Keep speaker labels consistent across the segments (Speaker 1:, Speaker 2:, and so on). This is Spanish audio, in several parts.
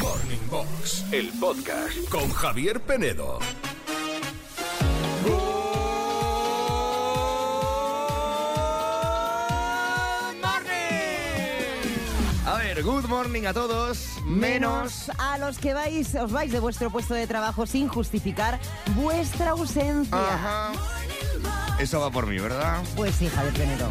Speaker 1: Morning Box, el podcast con Javier Penedo.
Speaker 2: A ver, good morning a todos, menos...
Speaker 3: Menos a los que vais, os vais de vuestro puesto de trabajo sin justificar vuestra ausencia.
Speaker 2: Ajá. Eso va por mí, ¿verdad?
Speaker 3: Pues sí, Javier Penedo.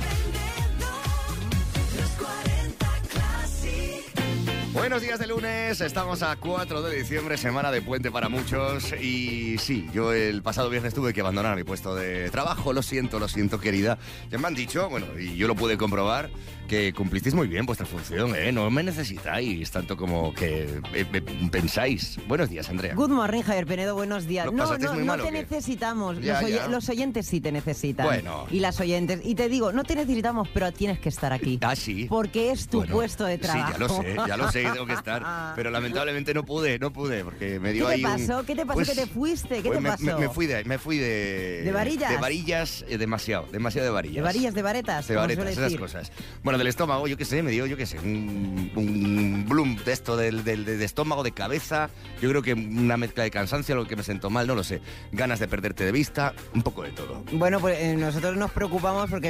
Speaker 2: Buenos días de lunes, estamos a 4 de diciembre, semana de puente para muchos y sí, yo el pasado viernes tuve que abandonar mi puesto de trabajo, lo siento, lo siento querida. Ya me han dicho, bueno, y yo lo pude comprobar, que cumplisteis muy bien vuestra función, ¿eh? No me necesitáis tanto como que eh, eh, pensáis. Buenos días, Andrea.
Speaker 3: Good morning, Javier Penedo, buenos días.
Speaker 2: ¿Lo
Speaker 3: no,
Speaker 2: pasasteis
Speaker 3: no,
Speaker 2: muy
Speaker 3: no
Speaker 2: mal o
Speaker 3: te
Speaker 2: qué?
Speaker 3: necesitamos.
Speaker 2: Ya,
Speaker 3: los, oye-
Speaker 2: ya.
Speaker 3: los oyentes sí te necesitan.
Speaker 2: Bueno.
Speaker 3: Y las oyentes. Y te digo, no te necesitamos, pero tienes que estar aquí.
Speaker 2: Ah, sí.
Speaker 3: Porque es tu
Speaker 2: Bueno,
Speaker 3: puesto de trabajo.
Speaker 2: Sí, ya lo sé, ya lo sé, tengo que estar. Pero lamentablemente no pude, no pude, porque me
Speaker 3: ¿Qué
Speaker 2: dio
Speaker 3: te
Speaker 2: ahí un-
Speaker 3: pasó? ¿Qué te pasó?
Speaker 2: Pues-
Speaker 3: ¿Qué te fuiste? ¿Qué
Speaker 2: pues
Speaker 3: te
Speaker 2: me,
Speaker 3: pasó?
Speaker 2: me- me fui de, me fui de...
Speaker 3: ¿De varillas?
Speaker 2: De varillas, eh, demasiado, demasiado de varillas.
Speaker 3: De varillas, de varetas.
Speaker 2: De
Speaker 3: como
Speaker 2: varetas,
Speaker 3: suele
Speaker 2: esas
Speaker 3: decir.
Speaker 2: cosas. Bueno, del estómago, yo qué sé, me dio, yo qué sé, un, un bloom de esto del, del- de estómago, de cabeza. Yo creo que una mezcla de cansancio, algo que me sentó mal, no lo sé. Ganas de perderte de vista, un poco de todo.
Speaker 3: Bueno, pues eh, nosotros nos preocupamos porque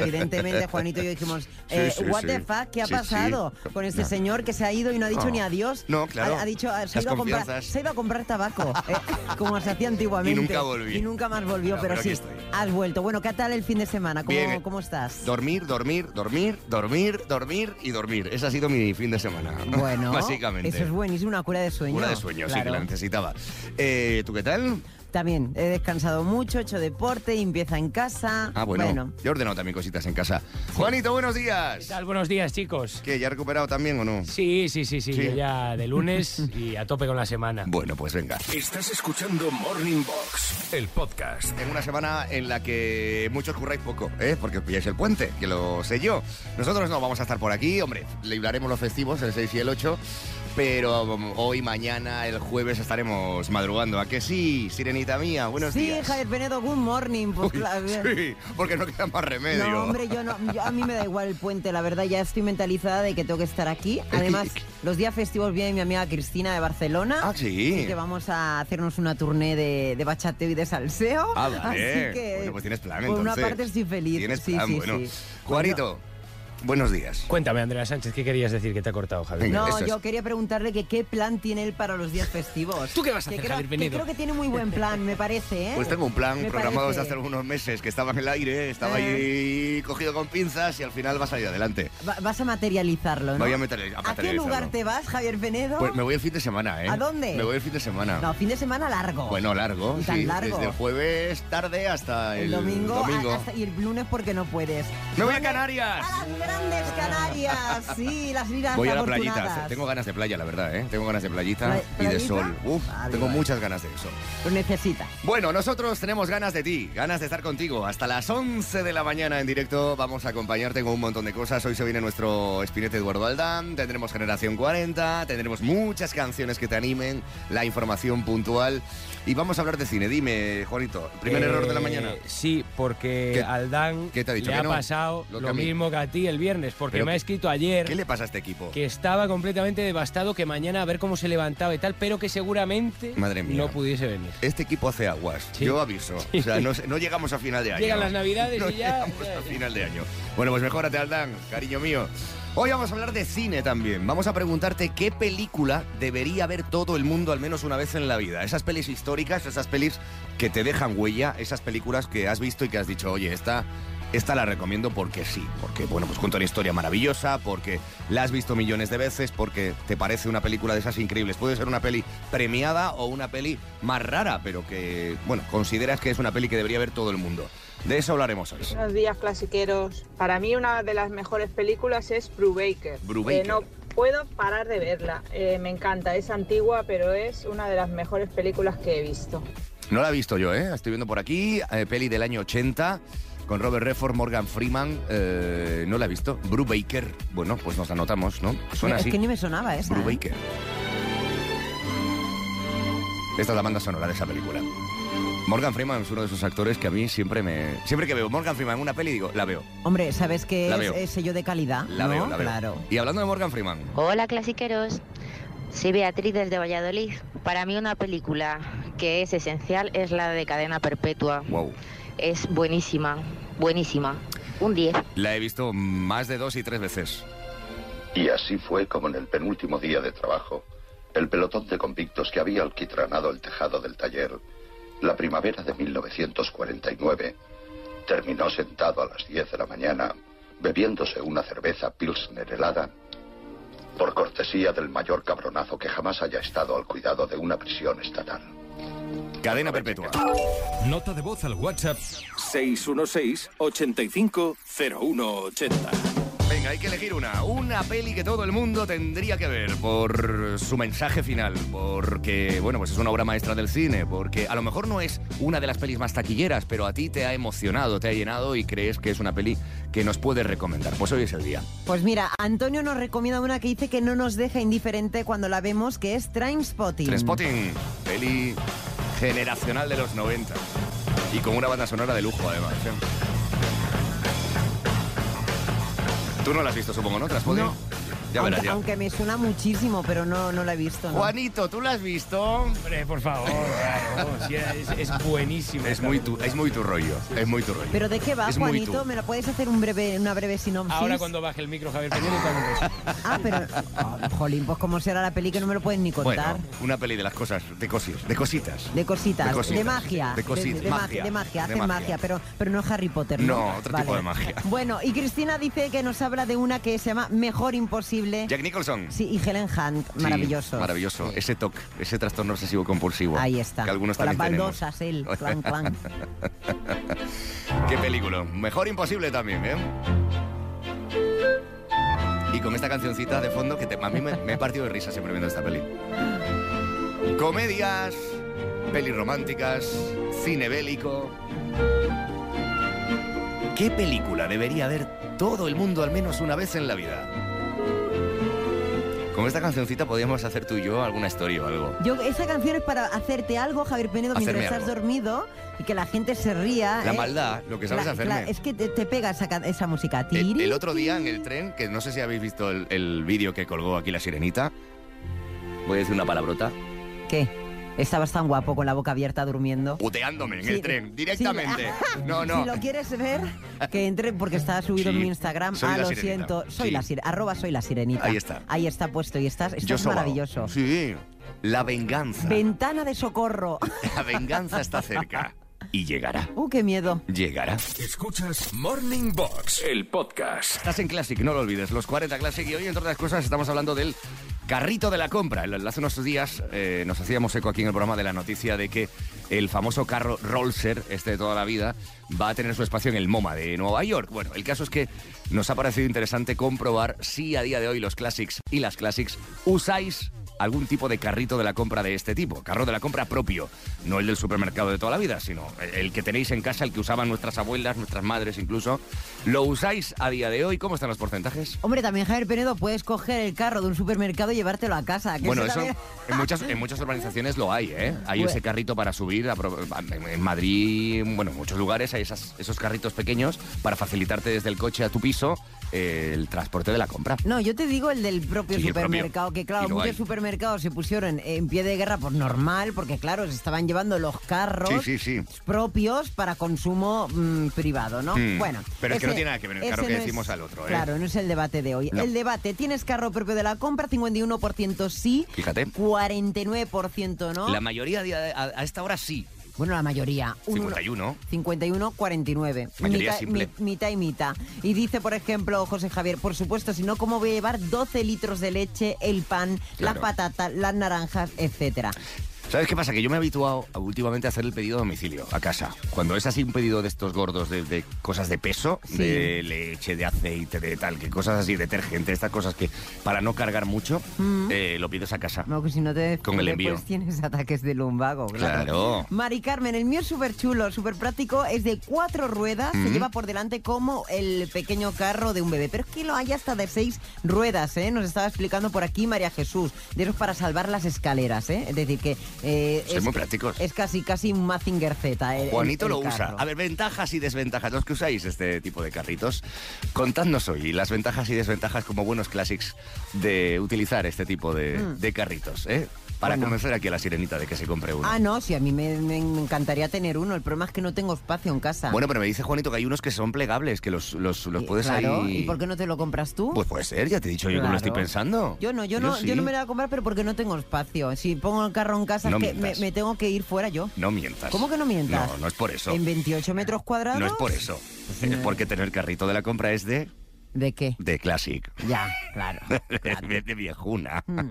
Speaker 3: evidentemente Juanito y yo dijimos, eh,
Speaker 2: sí,
Speaker 3: what
Speaker 2: sí.
Speaker 3: the fuck, ¿qué ha
Speaker 2: Sí, sí.
Speaker 3: pasado con este
Speaker 2: No.
Speaker 3: señor que se ha ido y no ha dicho
Speaker 2: No.
Speaker 3: ni adiós?
Speaker 2: No, claro.
Speaker 3: Ha, ha dicho, ah, se ha,
Speaker 2: Las
Speaker 3: ido a comprar,
Speaker 2: confianzas.
Speaker 3: se ha ido a comprar tabaco, eh, como se hacía antiguamente.
Speaker 2: Y nunca volví.
Speaker 3: Y nunca más volvió,
Speaker 2: No,
Speaker 3: pero,
Speaker 2: pero
Speaker 3: sí,
Speaker 2: aquí estoy.
Speaker 3: has vuelto. Bueno, ¿qué tal el fin de semana? ¿Cómo,
Speaker 2: Bien. eh,
Speaker 3: cómo estás?
Speaker 2: Dormir, dormir, dormir, dormir, dormir y dormir. Ese ha sido mi fin de semana.
Speaker 3: Bueno,
Speaker 2: básicamente.
Speaker 3: eso es buenísimo, una cura de sueño.
Speaker 2: Una de sueño, sí, que
Speaker 3: claro.
Speaker 2: la necesitaba. Eh, ¿Tú qué tal?
Speaker 3: También he descansado mucho, he hecho deporte, empieza en casa.
Speaker 2: Ah, bueno, Yo he ordenado también cositas en casa. Juanito, buenos días.
Speaker 4: ¿Qué tal? Buenos días, chicos.
Speaker 2: ¿Qué? ¿Ya has recuperado también o no?
Speaker 4: Sí, sí, sí,
Speaker 2: Sí.
Speaker 4: sí, yo ya de lunes y a tope con la semana.
Speaker 2: Bueno, pues venga.
Speaker 1: Estás escuchando Morning Box, el podcast.
Speaker 2: En una semana en la que muchos curráis poco, ¿eh? Porque os pilláis el puente, que lo sé yo. Nosotros no vamos a estar por aquí, hombre, libraremos los festivos, el 6 y el 8, pero um, hoy, mañana, el jueves estaremos madrugando. ¿A que sí, sirenita mía? Buenos
Speaker 3: sí,
Speaker 2: días.
Speaker 3: Javier Penedo, good morning. Pues,
Speaker 2: Uy,
Speaker 3: claro,
Speaker 2: sí, porque no queda más remedio.
Speaker 3: No, hombre, yo no. yo- a mí me da igual el puente, la verdad. Ya estoy mentalizada de que tengo que estar aquí. Además, los días festivos viene mi amiga Cristina de Barcelona.
Speaker 2: Ah, sí.
Speaker 3: Así que vamos a hacernos una tournée de, de bachateo y de salseo.
Speaker 2: Ah, vale.
Speaker 3: Así que.
Speaker 2: Bueno, pues tienes plan,
Speaker 3: Por una
Speaker 2: entonces.
Speaker 3: parte estoy feliz.
Speaker 2: Tienes
Speaker 3: Sí,
Speaker 2: plan,
Speaker 3: sí,
Speaker 2: bueno.
Speaker 3: sí.
Speaker 2: Juanito, buenos días.
Speaker 4: Cuéntame, Andrea Sánchez, ¿qué querías decir que te ha cortado, Javier?
Speaker 2: Venga.
Speaker 3: No,
Speaker 2: eso es.
Speaker 3: yo quería preguntarle que qué plan tiene él para los días festivos.
Speaker 4: ¿Tú qué vas a
Speaker 3: Que
Speaker 4: hacer,
Speaker 3: creo,
Speaker 4: Javier
Speaker 3: que
Speaker 4: Penedo?
Speaker 3: creo que tiene muy buen plan, me parece, ¿eh?
Speaker 2: Pues tengo un plan
Speaker 3: Me
Speaker 2: programado desde
Speaker 3: parece. Ah.
Speaker 2: hace algunos meses que estaba en el aire, estaba ahí cogido con pinzas y al final va a salir adelante.
Speaker 3: Va- vas a materializarlo, ¿no?
Speaker 2: Me voy a meter- a
Speaker 3: ¿A qué
Speaker 2: materializarlo.
Speaker 3: lugar te vas, Javier Penedo?
Speaker 2: Pues me voy el fin de semana, ¿eh?
Speaker 3: ¿A dónde?
Speaker 2: Me voy el fin de semana.
Speaker 3: No, fin de semana largo.
Speaker 2: Bueno, largo,
Speaker 3: Y tan
Speaker 2: sí,
Speaker 3: largo.
Speaker 2: desde el jueves tarde hasta el,
Speaker 3: el domingo, a- hasta- y el lunes porque no puedes.
Speaker 2: Me voy a
Speaker 3: Grande-
Speaker 2: Canarias.
Speaker 3: A las grandes Canarias, sí, las liras
Speaker 2: Ah, Voy a la
Speaker 3: afortunadas.
Speaker 2: playita, tengo ganas de playa, la verdad, ¿eh? Tengo ganas de playita
Speaker 3: Pla-
Speaker 2: y de
Speaker 3: ¿playita?
Speaker 2: sol. Uf,
Speaker 3: Vale,
Speaker 2: tengo
Speaker 3: vale.
Speaker 2: muchas ganas de eso.
Speaker 3: Lo necesitas.
Speaker 2: Bueno, nosotros tenemos ganas de ti, ganas de estar contigo. Hasta las 11 de la mañana en directo vamos a acompañarte con un montón de cosas. Hoy se viene nuestro espinete Eduardo Aldán, tendremos Generación 40, tendremos muchas canciones que te animen, la información puntual y vamos a hablar de cine. Dime, Juanito, primer
Speaker 4: Eh,
Speaker 2: error de la mañana.
Speaker 4: Sí, porque
Speaker 2: ¿Qué-
Speaker 4: Aldán
Speaker 2: qué te ha dicho?
Speaker 4: le
Speaker 2: ¿Que
Speaker 4: ha
Speaker 2: no?
Speaker 4: pasado
Speaker 2: Lo
Speaker 4: lo,
Speaker 2: que a mí.
Speaker 4: mismo que a ti el viernes, porque
Speaker 2: Pero
Speaker 4: me ha
Speaker 2: que-
Speaker 4: escrito ayer
Speaker 2: ¿Qué le pasa a este equipo?
Speaker 4: que estaba completamente devastado, que mañana a ver cómo se levantaba y tal, pero que seguramente
Speaker 2: Madre mía.
Speaker 4: no pudiese venir.
Speaker 2: Este equipo hace aguas,
Speaker 4: Sí.
Speaker 2: yo aviso. O sea, no, no llegamos a final de año.
Speaker 4: Llegan las navidades
Speaker 2: No
Speaker 4: y ya...
Speaker 2: llegamos a final de año. Bueno, pues mejórate, Aldán, cariño mío. Hoy vamos a hablar de cine también. Vamos a preguntarte qué película debería ver todo el mundo al menos una vez en la vida. Esas pelis históricas, esas pelis que te dejan huella, esas películas que has visto y que has dicho, oye, esta, esta la recomiendo porque sí. Porque, bueno, pues cuenta una historia maravillosa, porque la has visto millones de veces, porque te parece una película de esas increíbles. Puede ser una peli premiada o una peli más rara, pero que, bueno, consideras que es una peli que debería ver todo el mundo. De eso hablaremos hoy.
Speaker 5: Buenos días, clasiqueros. Para mí una de las mejores películas es Brubaker.
Speaker 2: Brubaker.
Speaker 5: Eh, no puedo parar de verla. Eh, me encanta, es antigua, pero es una de las mejores películas que he visto.
Speaker 2: No la he visto yo, ¿eh? Estoy viendo por aquí, eh, peli del año 80, con Robert Redford, Morgan Freeman. eh, no la he visto. Brubaker. Bueno, pues nos anotamos, ¿no? Suena
Speaker 3: es
Speaker 2: así.
Speaker 3: que ni me sonaba esa. ¿eh?
Speaker 2: Brubaker. Esta es la banda sonora de esa película. Morgan Freeman es uno de esos actores que a mí siempre me... Siempre que veo Morgan Freeman en una peli digo, la veo,
Speaker 3: Hombre, ¿sabes qué
Speaker 2: La
Speaker 3: es,
Speaker 2: veo.
Speaker 3: es sello de calidad?
Speaker 2: la
Speaker 3: ¿no?
Speaker 2: veo, la veo.
Speaker 3: Claro.
Speaker 2: Y hablando de Morgan Freeman,
Speaker 6: Hola, clasiqueros. Sí, Beatriz desde Valladolid. Para mí una película que es esencial es la de Cadena Perpetua.
Speaker 2: Wow.
Speaker 6: Es buenísima, buenísima. Un 10.
Speaker 2: La he visto más de dos y tres veces.
Speaker 7: Y así fue como en el penúltimo día de trabajo, el pelotón de convictos que había alquitranado el tejado del taller la primavera de 1949 terminó sentado a las 10 de la mañana bebiéndose una cerveza Pilsner helada por cortesía del mayor cabronazo que jamás haya estado al cuidado de una prisión estatal.
Speaker 2: Cadena perpetua.
Speaker 1: Nota de voz al WhatsApp 616 850180.
Speaker 2: Venga, hay que elegir una. Una peli que todo el mundo tendría que ver por su mensaje final, porque, bueno, pues es una obra maestra del cine, porque a lo mejor no es una de las pelis más taquilleras, pero a ti te ha emocionado, te ha llenado y crees que es una peli que nos puedes recomendar. Pues hoy es el día.
Speaker 3: Pues mira, Antonio nos recomienda una que dice que no nos deja indiferente cuando la vemos, que es Trainspotting.
Speaker 2: Spotting, peli generacional de los 90 y con una banda sonora de lujo, además. ¿eh? Tú no la has visto, supongo, ¿no? Trainspotting.
Speaker 3: No.
Speaker 2: Ya verás,
Speaker 3: aunque,
Speaker 2: ya.
Speaker 3: aunque me suena muchísimo, pero no, no la he visto. ¿no?
Speaker 2: Juanito, ¿tú la has visto?
Speaker 4: Hombre, por favor, claro, sí, es, es buenísimo.
Speaker 2: Es muy tu, es muy tu rollo, es muy tu rollo.
Speaker 3: ¿Pero de qué va,
Speaker 2: Es muy
Speaker 3: Juanito?
Speaker 2: tú.
Speaker 3: ¿Me la puedes hacer un breve, una breve sinopsis?
Speaker 4: Ahora cuando baje el micro Javier Peñero,
Speaker 3: Ah, pero... oh, jolín, pues cómo será la peli que no me lo pueden ni contar.
Speaker 2: Bueno, una peli de las cosas, de cosis, de cositas.
Speaker 3: De cositas,
Speaker 2: De
Speaker 3: de,
Speaker 2: cositas.
Speaker 3: magia.
Speaker 2: De cosi- magia.
Speaker 3: de magia. De magia,
Speaker 2: De
Speaker 3: hacen
Speaker 2: magia.
Speaker 3: magia, pero, pero no Harry Potter. No,
Speaker 2: No, otro tipo de magia.
Speaker 3: Bueno, y Cristina dice que nos habla de una que se llama Mejor Imposible.
Speaker 2: Jack Nicholson.
Speaker 3: Sí, y Helen Hunt,
Speaker 2: Sí,
Speaker 3: maravilloso.
Speaker 2: maravilloso. Ese TOC, ese trastorno obsesivo compulsivo.
Speaker 3: Ahí está.
Speaker 2: Que algunos
Speaker 3: Con las
Speaker 2: también tenemos.
Speaker 3: baldosas, él. Clan, clan.
Speaker 2: Qué película. Mejor imposible también, ¿eh? Y con esta cancioncita de fondo que te- a mí me, me he partido de risa siempre viendo esta peli. Comedias, pelis románticas, cine bélico. ¿Qué película debería ver todo el mundo al menos una vez en la vida? Con esta cancioncita podríamos hacer tú y yo alguna historia o algo.
Speaker 3: Yo, esa canción es para hacerte algo, Javier Penedo, mientras
Speaker 2: Hacerme
Speaker 3: estás
Speaker 2: algo.
Speaker 3: dormido y que la gente se ría.
Speaker 2: La
Speaker 3: ¿eh?
Speaker 2: maldad, lo que sabes
Speaker 3: La-
Speaker 2: hacerme.
Speaker 3: cla- es que te, te pega esa, ca- esa música.
Speaker 2: El,
Speaker 3: Tiri,
Speaker 2: el otro día en
Speaker 3: tiri.
Speaker 2: el tren, que no sé si habéis visto el, el vídeo que colgó aquí la sirenita. Voy a decir una palabrota.
Speaker 3: ¿Qué? Estabas tan guapo con la boca abierta durmiendo.
Speaker 2: Puteándome en
Speaker 3: Sí,
Speaker 2: el tren,
Speaker 3: sí. ah,
Speaker 2: directamente. No, no.
Speaker 3: Si lo quieres ver, que entre porque está subido
Speaker 2: Sí,
Speaker 3: en mi Instagram.
Speaker 2: soy
Speaker 3: ah,
Speaker 2: la
Speaker 3: lo
Speaker 2: sirenita.
Speaker 3: siento. Soy
Speaker 2: Sí.
Speaker 3: la sirenita. Arroba soy la sirenita.
Speaker 2: Ahí está.
Speaker 3: Ahí está puesto y estás,
Speaker 2: Yo
Speaker 3: estás
Speaker 2: sobao.
Speaker 3: maravilloso.
Speaker 2: Sí. La venganza.
Speaker 3: Ventana de socorro.
Speaker 2: La venganza está cerca. Y llegará.
Speaker 3: Uh, qué miedo.
Speaker 2: Llegará.
Speaker 1: Escuchas Morning Box, el podcast.
Speaker 2: Estás en Classic, no lo olvides, los 40 Classic. Y hoy, entre otras cosas, estamos hablando del carrito de la compra. El- Hace unos días eh, nos hacíamos eco aquí en el programa de la noticia de que el famoso carro Rollser, este de toda la vida, va a tener su espacio en el MoMA de Nueva York. Bueno, el caso es que nos ha parecido interesante comprobar si a día de hoy los Classics y las Classics usáis algún tipo de carrito de la compra de este tipo, carro de la compra propio, no el del supermercado de toda la vida, sino el que tenéis en casa, el que usaban nuestras abuelas, nuestras madres incluso. ¿Lo usáis a día de hoy? ¿Cómo están los porcentajes?
Speaker 3: Hombre, también Javier Penedo puedes coger el carro de un supermercado y llevártelo a casa. que
Speaker 2: Bueno,
Speaker 3: eso
Speaker 2: eso
Speaker 3: también-
Speaker 2: en muchas, en muchas urbanizaciones lo hay, ¿eh? Hay
Speaker 3: Bueno.
Speaker 2: ese carrito para subir, a pro- en en Madrid, bueno, en muchos lugares hay esas- esos carritos pequeños para facilitarte desde el coche a tu piso eh, el transporte de la compra.
Speaker 3: No, yo te digo el del propio
Speaker 2: Sí, el propio.
Speaker 3: supermercado, que
Speaker 2: Y
Speaker 3: claro,
Speaker 2: lo
Speaker 3: muchos
Speaker 2: hay.
Speaker 3: supermercados se pusieron en pie de guerra por normal, porque claro, se estaban llevando los carros
Speaker 2: Sí, sí, sí.
Speaker 3: propios para consumo mm, privado, ¿no?
Speaker 2: Mm.
Speaker 3: Bueno.
Speaker 2: Pero es que no tiene nada que ver el
Speaker 3: ese
Speaker 2: carro que
Speaker 3: no es-
Speaker 2: decimos al otro, ¿eh?
Speaker 3: Claro, no es el debate de hoy.
Speaker 2: No.
Speaker 3: El debate, ¿tienes carro propio de la compra? 51% sí,
Speaker 2: Fíjate.
Speaker 3: 49% no.
Speaker 2: La mayoría a, día- a- a esta hora sí,
Speaker 3: Bueno, la mayoría. un uno-
Speaker 2: 51.
Speaker 3: 51, 49.
Speaker 2: Mayoría
Speaker 3: mitad,
Speaker 2: simple.
Speaker 3: mi- mitad y mitad. Y dice, por ejemplo, José Javier, por supuesto, si no, ¿cómo voy a llevar 12 litros de leche, el pan,
Speaker 2: Claro.
Speaker 3: las patatas, las naranjas, etcétera?
Speaker 2: ¿Sabes qué pasa? Que yo me he habituado a- últimamente a hacer el pedido a domicilio, a casa. Cuando es así un pedido de estos gordos, de, de cosas de peso,
Speaker 3: Sí.
Speaker 2: de leche, de aceite, de tal, que cosas así, detergente, estas cosas que para no cargar mucho, eh, lo pides a casa.
Speaker 3: Mm. No, que si no te
Speaker 2: Con el
Speaker 3: después
Speaker 2: envío.
Speaker 3: tienes ataques de lumbago, claro.
Speaker 2: Claro.
Speaker 3: Mari Carmen, el mío es súper chulo, súper práctico, es de cuatro ruedas, se lleva por delante como el pequeño carro de un bebé, pero es que lo hay hasta de seis ruedas, ¿eh? Nos estaba explicando por aquí María Jesús, de esos para salvar las escaleras, ¿eh? Es decir, que Eh,
Speaker 2: Sois muy prácticos.
Speaker 3: Es casi, casi un Mazinger Z. el- el-
Speaker 2: Juanito
Speaker 3: el
Speaker 2: lo usa.
Speaker 3: carro.
Speaker 2: A ver, ventajas y desventajas. Los que usáis este tipo de carritos, contadnos hoy las ventajas y desventajas como buenos clásicos de utilizar este tipo de, de carritos, ¿eh? Para
Speaker 3: Mm. Bueno.
Speaker 2: convencer aquí a la sirenita de que se compre uno.
Speaker 3: Ah, no, sí, a mí me, me encantaría tener uno. El problema es que no tengo espacio en casa.
Speaker 2: Bueno, pero me dice Juanito que hay unos que son plegables, que los, los, los
Speaker 3: Y-
Speaker 2: puedes
Speaker 3: claro,
Speaker 2: ahí...
Speaker 3: ¿Y por qué no te lo compras tú?
Speaker 2: Pues puede ser, ya te he dicho yo que lo estoy
Speaker 3: Claro.
Speaker 2: pensando.
Speaker 3: Yo no, yo, no,
Speaker 2: sí.
Speaker 3: yo no me lo voy a comprar, pero porque no tengo espacio. Si pongo el carro en casa,
Speaker 2: No
Speaker 3: es que me,
Speaker 2: mientas.
Speaker 3: me tengo que ir fuera yo.
Speaker 2: No mientas.
Speaker 3: ¿Cómo que no mientas?
Speaker 2: No, no es por eso.
Speaker 3: ¿En 28 metros cuadrados?
Speaker 2: No es por eso.
Speaker 3: Pues,
Speaker 2: Es
Speaker 3: eh.
Speaker 2: porque tener carrito de la compra es de,
Speaker 3: ¿De qué?
Speaker 2: de Classic.
Speaker 3: Ya, claro.
Speaker 2: de de viejuna.
Speaker 3: Mm.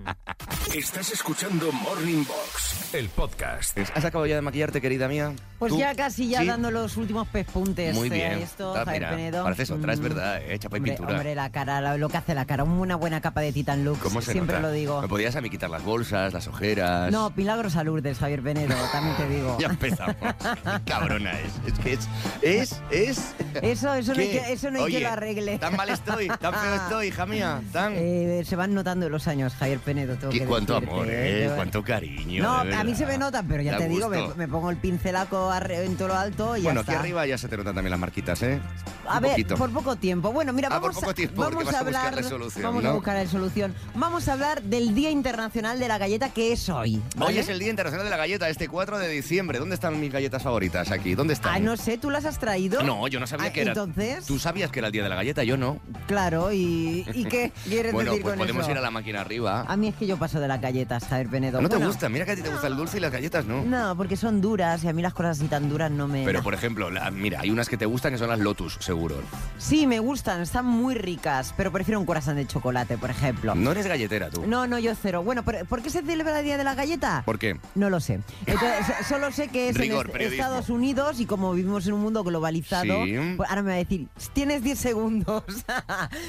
Speaker 1: Estás escuchando Morning Box, el podcast.
Speaker 2: Pues, ¿Has acabado ya de maquillarte, querida mía?
Speaker 3: Pues
Speaker 2: ¿Tú?
Speaker 3: ya casi ya
Speaker 2: Sí.
Speaker 3: dando los últimos pespuntes
Speaker 2: Muy
Speaker 3: eh,
Speaker 2: bien.
Speaker 3: a esto,
Speaker 2: Ah,
Speaker 3: Javier
Speaker 2: mira,
Speaker 3: Penedo.
Speaker 2: pareces otra, es
Speaker 3: Mm.
Speaker 2: verdad, eh, chapa y
Speaker 3: hombre,
Speaker 2: pintura.
Speaker 3: Hombre, la cara, la- lo que hace la cara, una buena capa de Titan Lux,
Speaker 2: ¿Cómo se
Speaker 3: siempre
Speaker 2: nota?
Speaker 3: lo digo.
Speaker 2: Me podías a mí quitar las bolsas, las ojeras.
Speaker 3: No, Milagros a Lourdes, Javier Penedo, también te digo.
Speaker 2: Ya empezamos. Qué Cabrona es. Es que es. Es. es...
Speaker 3: Eso, eso no hay
Speaker 2: ¿Qué?
Speaker 3: que, eso no hay
Speaker 2: Oye,
Speaker 3: que lo arregle.
Speaker 2: Tan mal estoy, tan feo estoy, hija mía. Tan.
Speaker 3: Eh, se van notando los años, Javier Penedo. Tengo
Speaker 2: Qué-
Speaker 3: que
Speaker 2: cuánto
Speaker 3: decirte,
Speaker 2: amor,
Speaker 3: eh,
Speaker 2: eh.
Speaker 3: te-
Speaker 2: Cuánto cariño.
Speaker 3: No,
Speaker 2: de
Speaker 3: a mí se me
Speaker 2: verdad.
Speaker 3: nota, pero ya
Speaker 2: Da
Speaker 3: te digo, me,
Speaker 2: gusto.
Speaker 3: me pongo el pincelaco arre- en todo lo alto y
Speaker 2: bueno,
Speaker 3: ya
Speaker 2: aquí
Speaker 3: está.
Speaker 2: arriba ya se te notan también las marquitas, ¿eh?
Speaker 3: A
Speaker 2: Un
Speaker 3: ver, pues
Speaker 2: poquito.
Speaker 3: por poco tiempo. Bueno, mira,
Speaker 2: Ah, por
Speaker 3: vamos,
Speaker 2: poco
Speaker 3: a,
Speaker 2: tiempo,
Speaker 3: vamos
Speaker 2: porque
Speaker 3: a
Speaker 2: vas a buscar
Speaker 3: hablar.
Speaker 2: la solución,
Speaker 3: vamos a
Speaker 2: ¿no?
Speaker 3: buscar la solución. Vamos a hablar del Día Internacional de la Galleta que es hoy. ¿vale?
Speaker 2: Hoy es el Día Internacional de la Galleta, este 4 de diciembre. ¿Dónde están mis galletas favoritas aquí? ¿Dónde están?
Speaker 3: Ah, no sé, ¿tú las has traído?
Speaker 2: No, yo no sabía
Speaker 3: Ah,
Speaker 2: que era.
Speaker 3: Entonces,
Speaker 2: Tú sabías que era el día de la galleta, yo no.
Speaker 3: claro, ¿y, y qué quieres
Speaker 2: Bueno,
Speaker 3: decir
Speaker 2: pues
Speaker 3: con
Speaker 2: podemos
Speaker 3: eso?
Speaker 2: ir a la máquina arriba.
Speaker 3: A mí es que yo paso de las galletas, Javier Penedo.
Speaker 2: no te
Speaker 3: Bueno,
Speaker 2: gusta, mira que a ti te gusta el dulce y las galletas no.
Speaker 3: No, porque son duras y a mí las cosas así tan duras no me...
Speaker 2: Pero por ejemplo, la- mira, hay unas que te gustan que son las Lotus, seguro.
Speaker 3: Sí, me gustan, están muy ricas, pero prefiero un corazón de chocolate, por ejemplo.
Speaker 2: No eres galletera tú.
Speaker 3: No, no, yo cero. Bueno, pero ¿por qué se celebra el Día de la Galleta?
Speaker 2: ¿Por qué?
Speaker 3: No lo sé. Entonces, solo sé que es
Speaker 2: Rigor,
Speaker 3: en est-
Speaker 2: periodismo.
Speaker 3: Estados Unidos y como vivimos en un mundo globalizado,
Speaker 2: Sí.
Speaker 3: pues ahora me va a decir, tienes 10 segundos.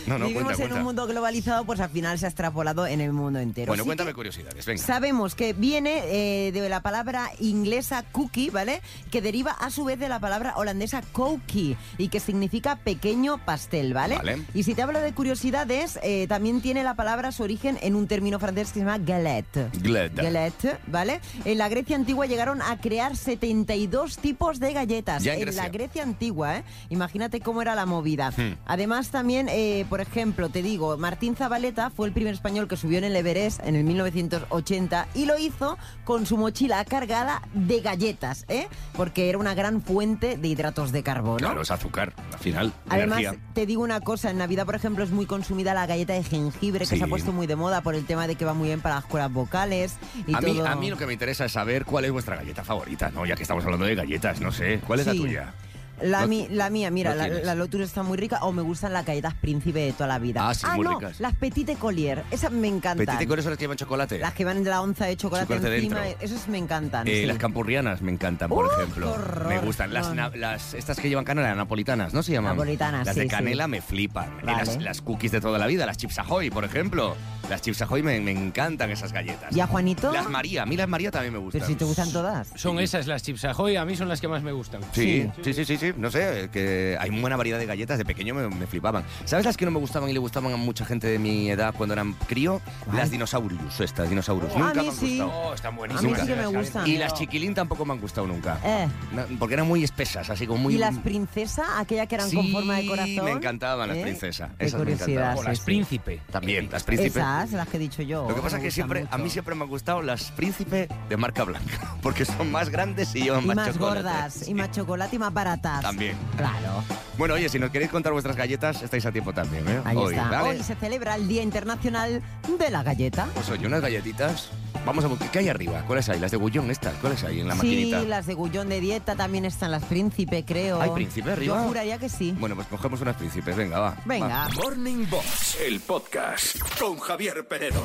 Speaker 2: No, no,
Speaker 3: vivimos
Speaker 2: cuenta,
Speaker 3: en
Speaker 2: cuenta.
Speaker 3: un mundo globalizado, pues al final se ha extrapolado en el mundo entero.
Speaker 2: bueno,
Speaker 3: Así
Speaker 2: cuéntame
Speaker 3: que
Speaker 2: curiosidades, venga.
Speaker 3: Sabemos que viene eh, de la palabra inglesa cookie, ¿vale? Que deriva a su vez de la palabra holandesa cookie y que significa pequeño pastel, ¿vale?
Speaker 2: Vale.
Speaker 3: Y si te hablo de curiosidades, eh, también tiene la palabra su origen en un término francés que se llama galette.
Speaker 2: Gleda.
Speaker 3: Galette, ¿vale? En la Grecia antigua llegaron a crear 72 tipos de galletas.
Speaker 2: Ya en
Speaker 3: la
Speaker 2: Grecia.
Speaker 3: Grecia antigua, ¿eh? Imagínate cómo era la movida.
Speaker 2: Hmm.
Speaker 3: Además, también, eh, por ejemplo, te digo, Martín Zabaleta fue el primer español que subió en el Everest en el 1980 y lo hizo con su mochila cargada de galletas, ¿eh? Porque era una gran fuente de hidratos de carbono.
Speaker 2: Claro, es azúcar, al final.
Speaker 3: Además,
Speaker 2: energía.
Speaker 3: te digo una cosa, en Navidad, por ejemplo, es muy consumida la galleta de jengibre, que
Speaker 2: Sí.
Speaker 3: se ha puesto muy de moda por el tema de que va muy bien para las cuerdas vocales y
Speaker 2: A mí,
Speaker 3: todo.
Speaker 2: a mí lo que me interesa es saber cuál es vuestra galleta favorita, ¿no? Ya que estamos hablando de galletas, no sé. ¿Cuál es la
Speaker 3: Sí.
Speaker 2: tuya?
Speaker 3: La,
Speaker 2: No
Speaker 3: mi- la mía, mira,
Speaker 2: no
Speaker 3: la,
Speaker 2: tienes.
Speaker 3: la Lotus está muy rica o me gustan las galletas príncipe de toda la vida.
Speaker 2: Ah, sí, muy
Speaker 3: no,
Speaker 2: ricas.
Speaker 3: las Petite Collier, esas me encantan.
Speaker 2: Petite con eso las que llevan chocolate.
Speaker 3: Las que van de la onza de chocolate
Speaker 2: Chocolate
Speaker 3: encima,
Speaker 2: dentro.
Speaker 3: esas me encantan.
Speaker 2: Eh,
Speaker 3: sí.
Speaker 2: Las campurrianas me encantan, por
Speaker 3: ¡Uh,
Speaker 2: ejemplo.
Speaker 3: qué horror!
Speaker 2: Me gustan. Las,
Speaker 3: No.
Speaker 2: na- las- estas que llevan canela, napolitanas, ¿no se llaman?
Speaker 3: Napolitanas,
Speaker 2: Las
Speaker 3: sí,
Speaker 2: de canela
Speaker 3: sí.
Speaker 2: me flipan. Y
Speaker 3: Vale.
Speaker 2: Las, las cookies de toda la vida, las chips ahoy, por ejemplo. Las chips ahoy me, me encantan esas galletas.
Speaker 3: ¿Y a Juanito?
Speaker 2: Las María, a mí las María también me gustan.
Speaker 3: Pero si te gustan todas.
Speaker 4: Son esas las chips Ahoy, a mí son las que más me gustan.
Speaker 2: Sí, sí, sí, sí, sí. No sé, eh, que hay buena variedad de galletas. De pequeño me, me flipaban. ¿Sabes las que no me gustaban y le gustaban a mucha gente de mi edad cuando eran crío?
Speaker 3: ¿Cuál?
Speaker 2: Las dinosaurios, estas, dinosaurios.
Speaker 3: a
Speaker 2: Nunca me
Speaker 3: mí
Speaker 2: han
Speaker 3: sí.
Speaker 2: gustado.
Speaker 4: Oh, están
Speaker 3: A mí
Speaker 4: buenísimas.
Speaker 3: sí que me
Speaker 4: las
Speaker 3: gustan.
Speaker 2: Y las chiquilín tampoco me han gustado nunca.
Speaker 3: Eh,
Speaker 2: No, Porque eran muy espesas, así como muy...
Speaker 3: ¿Y las princesas? Aquellas que eran
Speaker 2: Sí,
Speaker 3: con forma de corazón.
Speaker 2: me encantaban las
Speaker 3: ¿Eh?
Speaker 2: princesas.
Speaker 3: Qué
Speaker 2: Esas me
Speaker 3: curiosidad.
Speaker 2: encantaban.
Speaker 4: O las
Speaker 3: sí, sí.
Speaker 4: príncipe.
Speaker 2: También, las príncipes.
Speaker 3: Esas, las que he dicho yo.
Speaker 2: Lo que pasa es
Speaker 3: me
Speaker 2: que
Speaker 3: gustan
Speaker 2: siempre, a mí
Speaker 3: mucho.
Speaker 2: siempre me han gustado las príncipes de marca blanca, porque son más grandes y llevan
Speaker 3: Y
Speaker 2: más,
Speaker 3: más
Speaker 2: chocolate.
Speaker 3: gordas,
Speaker 2: Sí.
Speaker 3: y más chocolate y más baratas.
Speaker 2: También.
Speaker 3: Claro.
Speaker 2: Bueno, oye, si nos queréis contar vuestras galletas, estáis a tiempo también, ¿eh?
Speaker 3: Ahí
Speaker 2: Hoy,
Speaker 3: está.
Speaker 2: ¿vale?
Speaker 3: Hoy se celebra el Día Internacional de la Galleta.
Speaker 2: Pues oye, unas galletitas. Vamos a buscar. ¿Qué hay arriba? ¿Cuáles hay? Las de Gullón estas. ¿Cuáles hay en la
Speaker 3: sí,
Speaker 2: maquinita?
Speaker 3: las de Gullón de Dieta también están las Príncipe, creo.
Speaker 2: ¿Hay Príncipe arriba?
Speaker 3: Yo juraría que sí.
Speaker 2: Bueno, pues cogemos unas príncipes. Venga, va.
Speaker 3: Venga.
Speaker 1: Morning Box, el podcast con Javier Penedo.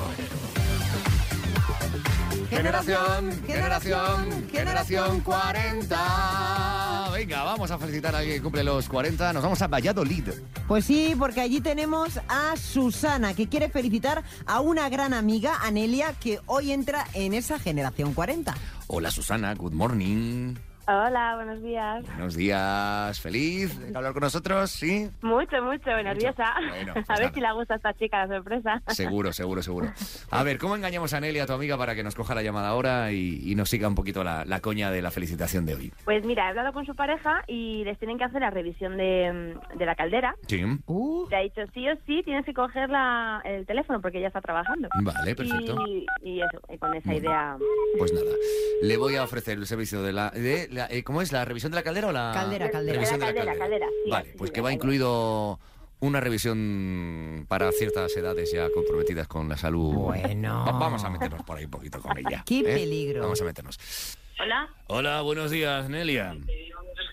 Speaker 2: Generación,
Speaker 3: generación, generación
Speaker 2: 40. Venga, vamos a felicitar a alguien que cumple los 40. Nos vamos a Valladolid.
Speaker 3: Pues sí, porque allí tenemos a Susana, que quiere felicitar a una gran amiga, Anelia, que hoy entra en esa generación 40.
Speaker 2: Hola Susana, good morning.
Speaker 8: Hola, buenos días.
Speaker 2: Buenos días, feliz de hablar con nosotros, ¿sí?
Speaker 8: Mucho, mucho, nerviosa.
Speaker 2: Bueno,
Speaker 8: a
Speaker 2: pues
Speaker 8: ver
Speaker 2: nada.
Speaker 8: si le gusta a esta chica la sorpresa.
Speaker 2: Seguro, seguro, seguro. A ver, ¿cómo engañamos a Nelly, a tu amiga, para que nos coja la llamada ahora y, y nos siga un poquito la, la coña de la felicitación de hoy?
Speaker 8: Pues mira, he hablado con su pareja y les tienen que hacer la revisión de, mm, de la caldera.
Speaker 2: Sí,
Speaker 3: Uh,
Speaker 8: Te ha dicho, sí o sí, tienes que coger la- el teléfono porque ella está trabajando.
Speaker 2: vale, perfecto.
Speaker 8: Y, y eso, y con esa
Speaker 2: Muy
Speaker 8: idea.
Speaker 2: Pues nada, le voy a ofrecer el servicio de la... de la- eh, ¿Cómo es? ¿La revisión de la caldera o la...?
Speaker 3: Caldera, caldera.
Speaker 2: Revisión
Speaker 8: La
Speaker 2: de la
Speaker 8: caldera,
Speaker 2: caldera.
Speaker 8: caldera, sí,
Speaker 2: Vale,
Speaker 8: así
Speaker 2: pues
Speaker 8: se
Speaker 2: que
Speaker 8: llama.
Speaker 2: va incluido una revisión para ciertas edades ya comprometidas con la salud.
Speaker 4: Bueno.
Speaker 2: Va- Vamos a meternos por ahí un poquito con ella. ¿eh?
Speaker 3: Qué peligro.
Speaker 2: Vamos a meternos.
Speaker 8: Hola,
Speaker 2: Hola, buenos días, Nelia.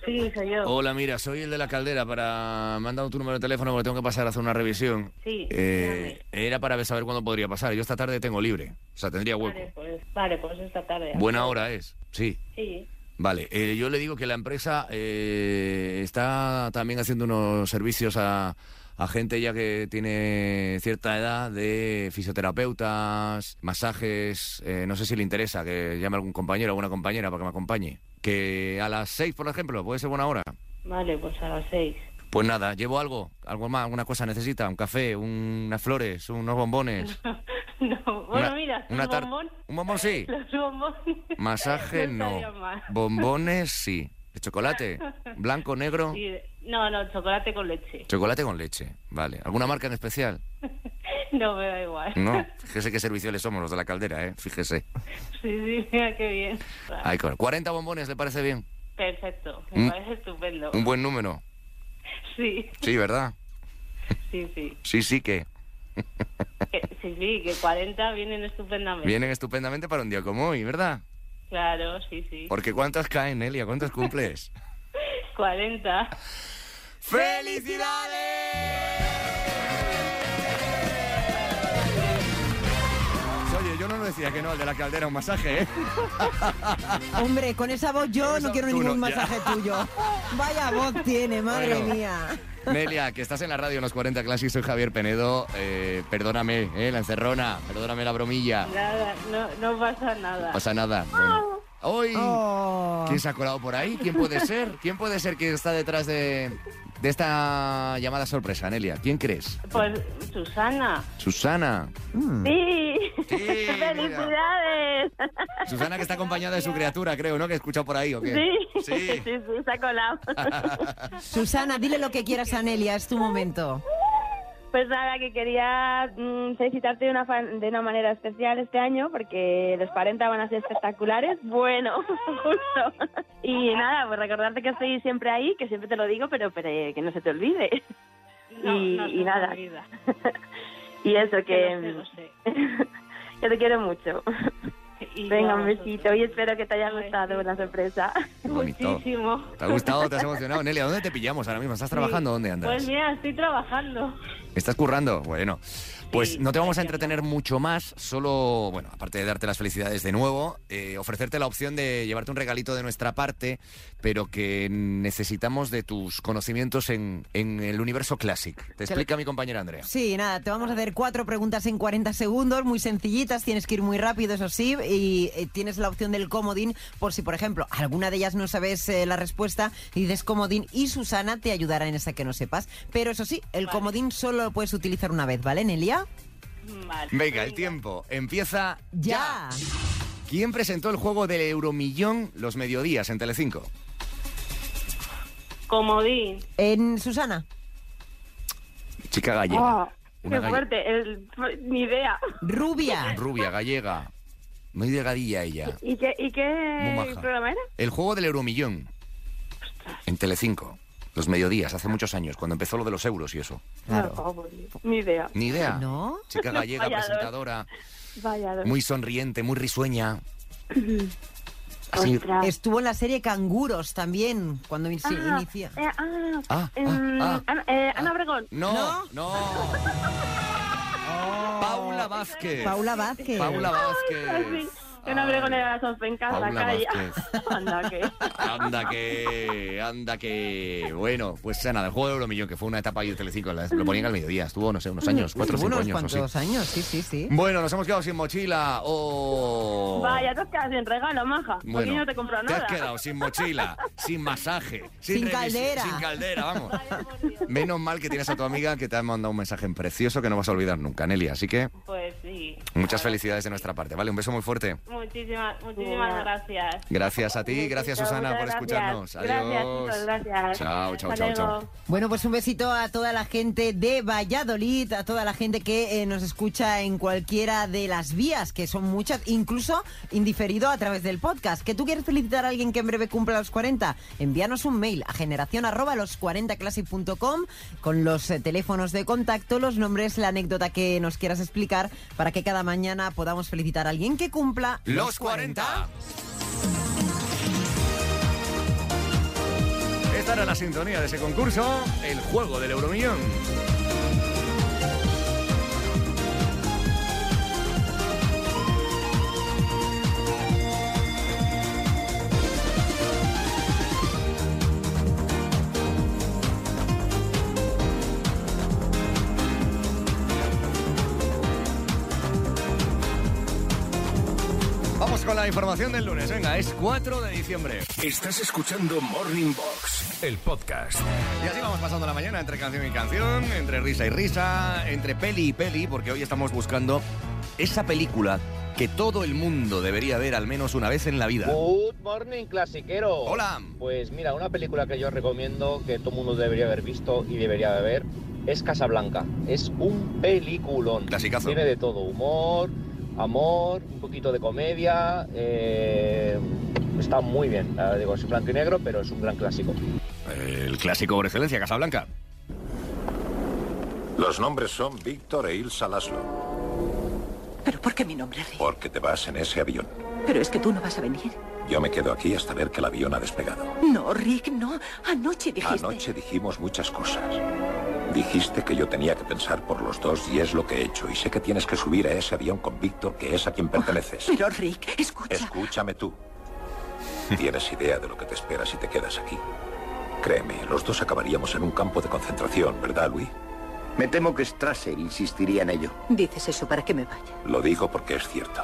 Speaker 8: sí, soy yo.
Speaker 2: Hola, mira, soy el de la caldera para... Me han dado tu número de teléfono porque tengo que pasar a hacer una revisión.
Speaker 8: Sí,
Speaker 2: Eh, era para saber cuándo podría pasar. Yo esta tarde tengo libre. O sea, tendría hueco.
Speaker 8: pues, vale, pues esta tarde.
Speaker 2: Buena hora es. Sí.
Speaker 8: Sí.
Speaker 2: Vale, eh, yo le digo que la empresa eh, está también haciendo unos servicios a, a gente ya que tiene cierta edad de fisioterapeutas, masajes, eh, no sé si le interesa que llame algún compañero o alguna compañera para que me acompañe. Que a las seis, por ejemplo, puede ser buena hora.
Speaker 8: Vale, pues a las seis.
Speaker 2: Pues nada, llevo algo, algo más, alguna cosa necesita, un café, un- unas flores, unos bombones.
Speaker 8: No,
Speaker 2: una- una tar- Un bombón sí.
Speaker 8: Los bombones.
Speaker 2: Masaje no.
Speaker 8: estaría mal.
Speaker 2: Bombones sí. ¿De chocolate? ¿Blanco, negro?
Speaker 8: Sí, No, no, chocolate con leche.
Speaker 2: Chocolate con leche, vale. ¿Alguna marca en especial?
Speaker 8: No me da igual.
Speaker 2: No, fíjese qué serviciales somos los de la caldera, ¿eh? Fíjese.
Speaker 8: Sí, sí, mira qué bien.
Speaker 2: Ay, con 40 bombones, ¿le parece bien?
Speaker 8: Perfecto,
Speaker 2: Mm.
Speaker 8: me parece estupendo.
Speaker 2: Un buen número.
Speaker 8: Sí,
Speaker 2: Sí, ¿verdad?
Speaker 8: sí, sí.
Speaker 2: Sí, sí que.
Speaker 8: Que- sí, sí, que 40 vienen estupendamente.
Speaker 2: Vienen estupendamente para un día como hoy, ¿verdad?
Speaker 8: Claro, sí, sí.
Speaker 2: Porque ¿cuántas caen, Nelia? ¿Cuántas cumples?
Speaker 8: 40.
Speaker 2: ¡Felicidades! Oye, yo no decía que no al de la caldera un masaje, ¿eh?
Speaker 3: hombre, con esa voz yo
Speaker 2: Con esa-
Speaker 3: no quiero
Speaker 2: tú
Speaker 3: ningún
Speaker 2: no, ya.
Speaker 3: masaje tuyo. Vaya voz tiene, madre
Speaker 2: Bueno.
Speaker 3: mía.
Speaker 2: Nelia, que estás en la radio en los 40 Classics, soy Javier Penedo. Eh, perdóname, eh, la encerrona, perdóname la bromilla.
Speaker 8: Nada, no, no pasa
Speaker 2: No
Speaker 8: nada.
Speaker 2: pasa nada. Bueno. Hoy,
Speaker 3: Oh.
Speaker 2: ¿quién se ha colado por ahí? ¿Quién puede ser? ¿Quién puede ser que está detrás de, de esta llamada sorpresa, Nelia? ¿Quién crees?
Speaker 8: Pues, Susana.
Speaker 2: Susana.
Speaker 3: Mm.
Speaker 8: Sí.
Speaker 2: Sí, mira.
Speaker 8: ¡Felicidades!
Speaker 2: Susana que está acompañada de su criatura, creo, ¿no? Que he escuchado por ahí, ¿o qué?
Speaker 8: Sí.
Speaker 2: Sí.
Speaker 8: sí, sí, se ha colado.
Speaker 3: Susana, dile lo que quieras a Nelia, es tu momento.
Speaker 8: Pues nada, que quería mm, felicitarte de una, fa- de una manera especial este año porque los 40 van a ser espectaculares. Bueno, justo. Y nada, pues recordarte que estoy siempre ahí, que siempre te lo digo, pero, pero eh, que no se te olvide. y, y nada. y eso, que, que te quiero mucho. Venga, un besito y espero que te haya gustado la sorpresa.
Speaker 2: Qué bonito. ¿Te ha gustado? ¿Te has emocionado? Nelia, ¿dónde te pillamos ahora mismo? ¿Estás trabajando? ¿Dónde andas?
Speaker 8: Pues mira, estoy trabajando.
Speaker 2: ¿Estás currando? Bueno, pues
Speaker 8: Sí,
Speaker 2: no te vamos a
Speaker 8: aquí
Speaker 2: entretener mucho más, solo, bueno, aparte de darte las felicidades de nuevo, eh, ofrecerte la opción de llevarte un regalito de nuestra parte, pero que necesitamos de tus conocimientos en, en el universo Classic. Te explica mi compañera Andrea.
Speaker 3: Sí, nada, te vamos a hacer cuatro preguntas en 40 segundos, muy sencillitas, tienes que ir muy rápido, eso sí, y eh, tienes la opción del comodín por si, por ejemplo, alguna de ellas no sabes eh, la respuesta, dices comodín y Susana te ayudará en esa que no sepas. Pero eso sí, el comodín solo lo puedes utilizar una vez, ¿vale, Nelia?
Speaker 2: Venga, el tiempo empieza
Speaker 3: ¡Ya!
Speaker 2: ¿Quién presentó el juego del Euromillón los mediodías en Telecinco?
Speaker 8: Comodín.
Speaker 3: En Susana,
Speaker 2: Chica gallega.
Speaker 8: Ah,
Speaker 2: Una
Speaker 8: qué
Speaker 2: galle-
Speaker 8: fuerte, el- ni idea.
Speaker 3: Rubia,
Speaker 2: Rubia, gallega. Muy delgadilla ella.
Speaker 8: ¿Y qué, y
Speaker 2: Muy
Speaker 8: qué
Speaker 2: maja.
Speaker 8: programa era?
Speaker 2: El juego del Euromillón. En Telecinco. Los mediodías, hace muchos años, cuando empezó lo de los euros y eso.
Speaker 3: claro.
Speaker 8: No, Oh, pues, ni idea.
Speaker 2: Ni idea.
Speaker 3: ¿No?
Speaker 2: Chica gallega,
Speaker 8: Vaya dos.
Speaker 2: presentadora,
Speaker 8: Vaya dos.
Speaker 2: muy sonriente, muy risueña. Así.
Speaker 8: Ostras.
Speaker 3: Estuvo en la serie Canguros también, cuando in- se
Speaker 8: Ah,
Speaker 3: inicia.
Speaker 8: eh, ah,
Speaker 2: Ah,
Speaker 8: em,
Speaker 2: ah, ah.
Speaker 8: Ana, eh, Ana Obregón.
Speaker 2: No, no. Paula Vázquez.
Speaker 3: Paula Vázquez.
Speaker 2: Paula
Speaker 8: Ah, sí,
Speaker 2: Vázquez.
Speaker 8: que Ana Obregón era la sopa en casa,
Speaker 2: Paula
Speaker 8: calla.
Speaker 2: Vázquez.
Speaker 8: Anda, que...
Speaker 2: Anda que, anda que. Bueno, pues nada, el juego de Euromillón, que fue una etapa ahí de Telecinco, la- lo ponían al mediodía, estuvo, no sé, unos años, cuatro o
Speaker 3: Estuvo
Speaker 2: cinco
Speaker 3: unos
Speaker 2: años. o así.
Speaker 3: cuantos años, sí, sí, sí.
Speaker 2: Bueno, nos hemos quedado sin mochila. Oh.
Speaker 8: Vaya, te has quedado sin regalo, maja. Aquí
Speaker 2: Bueno,
Speaker 8: no te compro
Speaker 2: te
Speaker 8: nada.
Speaker 2: has quedado sin mochila, sin masaje,
Speaker 3: Sin
Speaker 2: revisión,
Speaker 3: caldera.
Speaker 2: Sin caldera, vamos.
Speaker 8: Ay, por Dios.
Speaker 2: Menos mal que tienes a tu amiga que te ha mandado un mensaje precioso que no vas a olvidar nunca, Nelly. Así que
Speaker 8: Pues sí.
Speaker 2: muchas felicidades de nuestra parte, ¿vale? Un beso muy fuerte.
Speaker 8: Muchísimas, muchísimas gracias.
Speaker 2: Gracias a ti, gracias
Speaker 8: Muchas
Speaker 2: Susana por
Speaker 8: gracias.
Speaker 2: escucharnos.
Speaker 8: Gracias,
Speaker 2: Adiós.
Speaker 8: muchas gracias.
Speaker 2: Chao, chao,
Speaker 8: Hasta
Speaker 2: chao, chao.
Speaker 8: luego.
Speaker 3: Bueno, pues un besito a toda la gente de Valladolid, a toda la gente que eh, nos escucha en cualquiera de las vías, que son muchas, incluso indiferido a través del podcast. ¿Que tú quieres felicitar a alguien que en breve cumpla los 40? Envíanos un mail a generación arroba los 40classic.com con los eh, teléfonos de contacto, los nombres, la anécdota que nos quieras explicar para que cada mañana podamos felicitar a alguien que cumpla
Speaker 2: Los 40. Esta era la sintonía de ese concurso, el juego del Euromillón. Vamos con la información del lunes, venga, es 4 de diciembre.
Speaker 1: Estás escuchando Morning Box, el podcast.
Speaker 2: Y así vamos pasando la mañana entre canción y canción, entre risa y risa, entre peli y peli, porque hoy estamos buscando esa película que todo el mundo debería ver al menos una vez en la vida.
Speaker 9: Good morning, clasiquero.
Speaker 2: Hola.
Speaker 9: Pues mira, una película que yo recomiendo que todo el mundo debería haber visto y debería de ver es Casablanca. Es un peliculón.
Speaker 2: Clasicazo.
Speaker 9: Tiene de todo, humor, amor, un poquito de comedia. eh, está muy bien. Ahora digo, es en blanco y negro, pero es un gran clásico.
Speaker 2: El clásico por excelencia, Casablanca.
Speaker 7: Los nombres son Víctor e Ilsa Laszlo,
Speaker 10: ¿Pero por qué mi nombre, Rick?
Speaker 7: porque te vas en ese avión.
Speaker 10: Pero es que tú no vas a venir.
Speaker 7: Yo me quedo aquí hasta ver que el avión ha despegado.
Speaker 10: No, Oh, Rick, no. Anoche dijiste.
Speaker 7: Anoche dijimos muchas cosas. Dijiste que yo tenía que pensar por los dos y es lo que he hecho. Y sé que tienes que subir a ese avión con Víctor, que es a quien perteneces.
Speaker 10: Pero Rick, escucha.
Speaker 7: Escúchame tú. Tienes idea de lo que te espera si te quedas aquí. Créeme, los dos acabaríamos en un campo de concentración, ¿verdad, Luis?
Speaker 11: Me temo que Strasser insistiría en ello.
Speaker 10: Dices eso para que me vaya.
Speaker 7: Lo digo porque es cierto.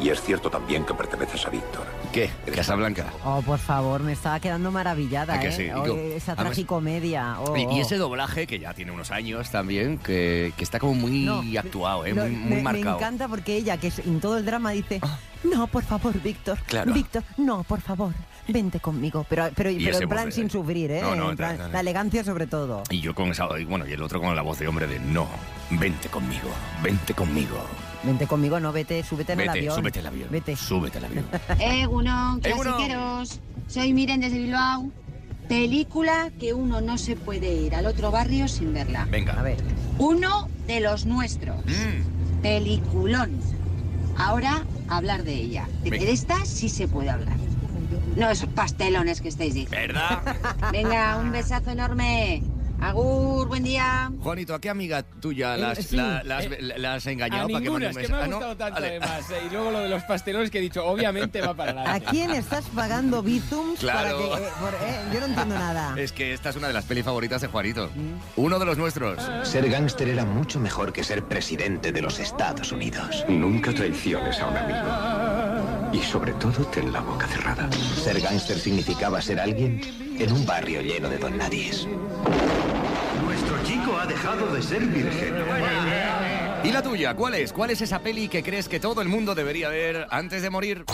Speaker 7: Y es cierto también que perteneces a Víctor.
Speaker 2: ¿Qué? Casablanca.
Speaker 3: Oh, por favor, me estaba quedando maravillada,
Speaker 2: ¿A que
Speaker 3: ¿eh?
Speaker 2: sí?
Speaker 3: Oh,
Speaker 2: Digo,
Speaker 3: esa
Speaker 2: además-
Speaker 3: tragicomedia. oh,
Speaker 2: Y, y
Speaker 3: oh.
Speaker 2: ese doblaje, que ya tiene unos años también, que, que está como muy
Speaker 3: No,
Speaker 2: actuado, ¿eh?
Speaker 3: lo-
Speaker 2: muy, muy
Speaker 3: me, Me
Speaker 2: marcado. Ah.
Speaker 3: encanta porque ella, que es- en todo el drama, dice: No, por favor, Víctor.
Speaker 2: Claro.
Speaker 3: Víctor, no, por favor, vente conmigo. Pero, pero, pero
Speaker 2: ese
Speaker 3: en plan
Speaker 2: voz de-
Speaker 3: sin sufrir, ¿eh?
Speaker 2: No, no,
Speaker 3: en
Speaker 2: tra-
Speaker 3: plan,
Speaker 2: tra-
Speaker 3: la elegancia sobre todo.
Speaker 2: Y yo con esa, y bueno, y el otro con la voz de hombre de no, vente conmigo, vente conmigo.
Speaker 3: Vente conmigo, no, vete, súbete en el
Speaker 2: Vete,
Speaker 3: avión.
Speaker 2: súbete al avión.
Speaker 3: Vete.
Speaker 2: Súbete al avión.
Speaker 10: Egunon,
Speaker 2: Egunon.
Speaker 10: Eh, clasiqueros. Soy Miren desde Bilbao. Película que uno no se puede ir al otro barrio sin verla.
Speaker 3: A
Speaker 2: Venga.
Speaker 3: ver,
Speaker 10: Uno de los nuestros.
Speaker 2: Mm,
Speaker 10: Peliculón. Ahora hablar de ella. De,
Speaker 2: Venga.
Speaker 10: de esta sí se puede hablar. No esos pastelones que estáis diciendo.
Speaker 2: ¿Verdad?
Speaker 10: Venga, un besazo enorme. Agur, buen día.
Speaker 2: Juanito, ¿a qué amiga tuya
Speaker 4: Eh,
Speaker 2: las,
Speaker 4: sí.
Speaker 2: la- las,
Speaker 4: Eh,
Speaker 2: la- las has
Speaker 4: A
Speaker 2: engañado para que
Speaker 4: ninguna,
Speaker 2: mande
Speaker 4: es
Speaker 2: un
Speaker 4: que me ha
Speaker 2: mensaje? Ah, ¿no?
Speaker 4: gustado tanto
Speaker 2: Vale.
Speaker 4: además. eh, Y luego lo de los pastelones que he dicho, obviamente va para
Speaker 3: ¿a
Speaker 4: adelante.
Speaker 3: quién estás pagando Bizums?
Speaker 2: Claro.
Speaker 3: Para que, eh, por- eh, yo no entiendo nada.
Speaker 2: Es que esta es una de las pelis favoritas de Juanito.
Speaker 4: Mm.
Speaker 2: Uno de los nuestros.
Speaker 4: Ah.
Speaker 11: Ser gángster era mucho mejor que ser presidente de los Estados Unidos.
Speaker 7: Nunca traiciones a un amigo. Y sobre todo, ten la boca cerrada.
Speaker 11: Ser gángster significaba ser alguien en un barrio lleno de don nadies.
Speaker 1: Nuestro chico ha dejado de ser virgen.
Speaker 2: ¿Y la tuya? ¿Cuál es? ¿Cuál es esa peli que crees que todo el mundo debería ver antes de morir?